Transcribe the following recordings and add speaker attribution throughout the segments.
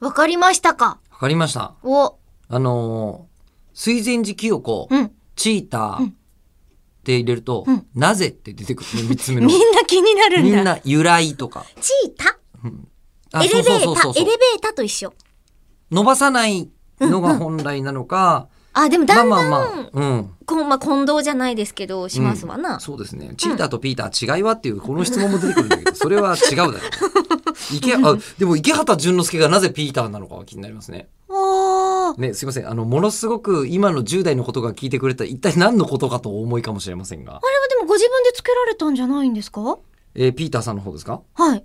Speaker 1: わかりましたか
Speaker 2: わかりました。
Speaker 1: お、
Speaker 2: あのー、水前寺清子、
Speaker 1: うん。
Speaker 2: チーターって入れると、
Speaker 1: うん
Speaker 2: なぜって出てく るね、三つ目
Speaker 1: み
Speaker 2: の。
Speaker 1: んな気になる
Speaker 2: み
Speaker 1: ん
Speaker 2: ん
Speaker 1: だ。
Speaker 2: な由来とか。
Speaker 1: チータ
Speaker 2: あ
Speaker 1: エレベ
Speaker 2: そう
Speaker 1: ー
Speaker 2: そうそう
Speaker 1: タ、
Speaker 2: そ
Speaker 1: エ
Speaker 2: う
Speaker 1: レベータと一緒。
Speaker 2: 伸ばさないのが本来なのか、
Speaker 1: あ、でもだん
Speaker 2: まあ
Speaker 1: だん、
Speaker 2: まあまあ、うん。
Speaker 1: こんまあ、近藤じゃないですけど、しますわな。
Speaker 2: うんそうですね。チーターとピーター違いはっていう、この質問も出てくるんだ けど、それは違うだろう。池、あ、でも池畑淳之介がなぜピーターなのかは気になりますね。
Speaker 1: おー。
Speaker 2: ね、すいません。あの、ものすごく今の10代のことが聞いてくれたら一体何のことかとお思いかもしれませんが
Speaker 1: あ。れはでもご自分でつけられたんじゃないんですかは
Speaker 2: えーピーターさんの方ですか
Speaker 1: い。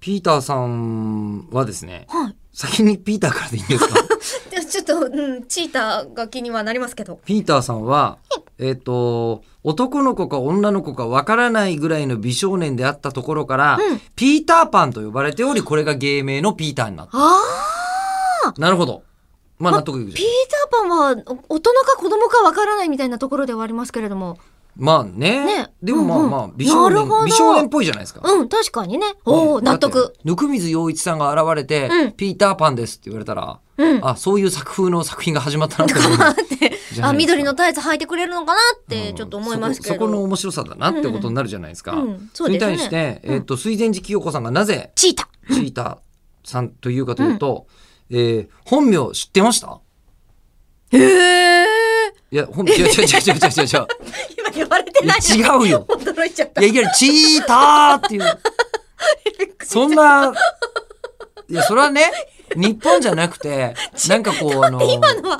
Speaker 2: ピーターさんはですね、
Speaker 1: はい。
Speaker 2: 先にピーターからでいいんですか
Speaker 1: でちょっと、うん、チーターが気にはなりますけど。
Speaker 2: ピーターさんは、えっ、と、男の子か女の子かわからないぐらいの美少年であったところから、
Speaker 1: うん
Speaker 2: ピーターパンと呼ばれており、これが芸名のピーターになった。
Speaker 1: あ
Speaker 2: なるほど。まあ納得い
Speaker 1: ー
Speaker 2: くじ
Speaker 1: ピ
Speaker 2: ゃ
Speaker 1: ーター
Speaker 2: ん。
Speaker 1: パンはお大人か子供かわからないみたいなところではありますけれども。
Speaker 2: まあね。
Speaker 1: ね
Speaker 2: でもまあ
Speaker 1: うんうん
Speaker 2: まあ、美少
Speaker 1: なるほど
Speaker 2: 年、美少年っぽいじゃないですか。
Speaker 1: うん、確かにね。おお、
Speaker 2: うん
Speaker 1: 納。
Speaker 2: だっ
Speaker 1: 得。
Speaker 2: て温水洋一さんが現れて、
Speaker 1: うん
Speaker 2: ピーターパンですって言われたら、
Speaker 1: うん。
Speaker 2: あ、そういう作風の作品が始まった なって思う。
Speaker 1: あって
Speaker 2: じ
Speaker 1: あ
Speaker 2: ゃないですか
Speaker 1: 緑のタイツ履いてくれるのかなっ
Speaker 2: う
Speaker 1: て
Speaker 2: ん
Speaker 1: ちょっと思いますけど、
Speaker 2: そこそこの面白さだなってことになるじゃないですか。
Speaker 1: うんうんそうですね
Speaker 2: れに対して、
Speaker 1: うん
Speaker 2: えっ、と、水前寺清子さんがなぜ、
Speaker 1: チータ
Speaker 2: チーターさんというかというと、えー本名知ってました
Speaker 1: ーへえ
Speaker 2: いや、本名、違う違う違う違う違う違う。
Speaker 1: 今言われて
Speaker 2: いや、違うよ。
Speaker 1: 驚いちゃっ
Speaker 2: いや、いきなり、チーターっていう。そんな、いや、それはね、日本じゃな くて、なんかこう、あの、
Speaker 1: 今のは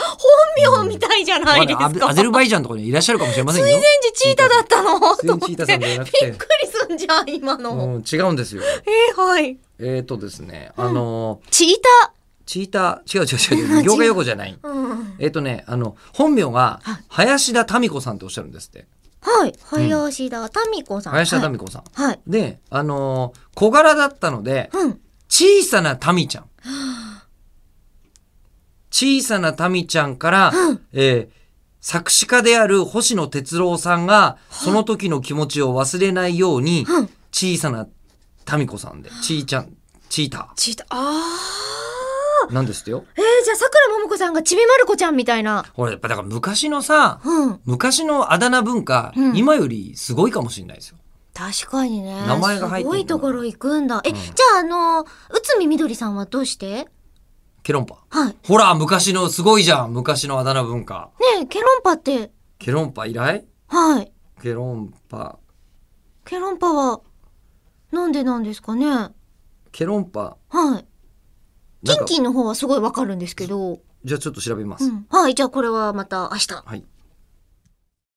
Speaker 1: 本名みたいじゃないですか、
Speaker 2: まだアゼルバイジャンとかにいらっしゃるかもしれませんよ。
Speaker 1: 全然チーターだったの
Speaker 2: 全然
Speaker 1: と思
Speaker 2: チー
Speaker 1: っ
Speaker 2: ター
Speaker 1: て
Speaker 2: さんじゃなく
Speaker 1: びってくりすんじゃん今の、
Speaker 2: うん、違うんですよ。
Speaker 1: えー、はい
Speaker 2: えっ、ー、とですね、あの、
Speaker 1: チー
Speaker 2: チーター、違う違う 違う、業界用語じゃない。
Speaker 1: ターうん
Speaker 2: えっ、とね、あの、本名が
Speaker 1: はい、
Speaker 2: 林田民子さんっておっしゃるんですって。
Speaker 1: はい林田民子さん、
Speaker 2: 林田
Speaker 1: 子
Speaker 2: 民子さん。
Speaker 1: はい、はい
Speaker 2: で、あのー小柄だったので、
Speaker 1: うん
Speaker 2: 小さなタミちゃん。小さなタミちゃんから、えー作詞家である星野哲郎さんが、その時の気持ちを忘れないように、
Speaker 1: うん
Speaker 2: 小さなタミ子さんで、ちーちゃん、チータ
Speaker 1: チーターあ
Speaker 2: ーなんですってよ。
Speaker 1: ーえー、じゃあさくらももこさんがちびまる子ちゃんみたいな
Speaker 2: ほら、やっぱだから昔のさ、
Speaker 1: うん
Speaker 2: 昔のあだ名文化、
Speaker 1: うん
Speaker 2: 今よりすごいかもしれないですよ。
Speaker 1: 確かにね。
Speaker 2: 名前が入ってんの
Speaker 1: すごいところ行くんだ。え、
Speaker 2: うん
Speaker 1: じゃああの、内海みどりさんはどうして
Speaker 2: ケロンパ。
Speaker 1: はい。ね
Speaker 2: ほら、昔のすごいじゃん、昔のあだ名文化。
Speaker 1: え、ケロンパって、
Speaker 2: ケロンパ以来
Speaker 1: はい。
Speaker 2: ケロンパ、
Speaker 1: ケロンパは、なんでなんですかねは
Speaker 2: ケロンパ。
Speaker 1: い。キ
Speaker 2: なん
Speaker 1: ン
Speaker 2: か
Speaker 1: キンの方はすごいわかるんですけど。
Speaker 2: じゃあちょっと調べま
Speaker 1: う
Speaker 2: す。
Speaker 1: ん。はい、じゃあこれはまた明日。
Speaker 2: はい。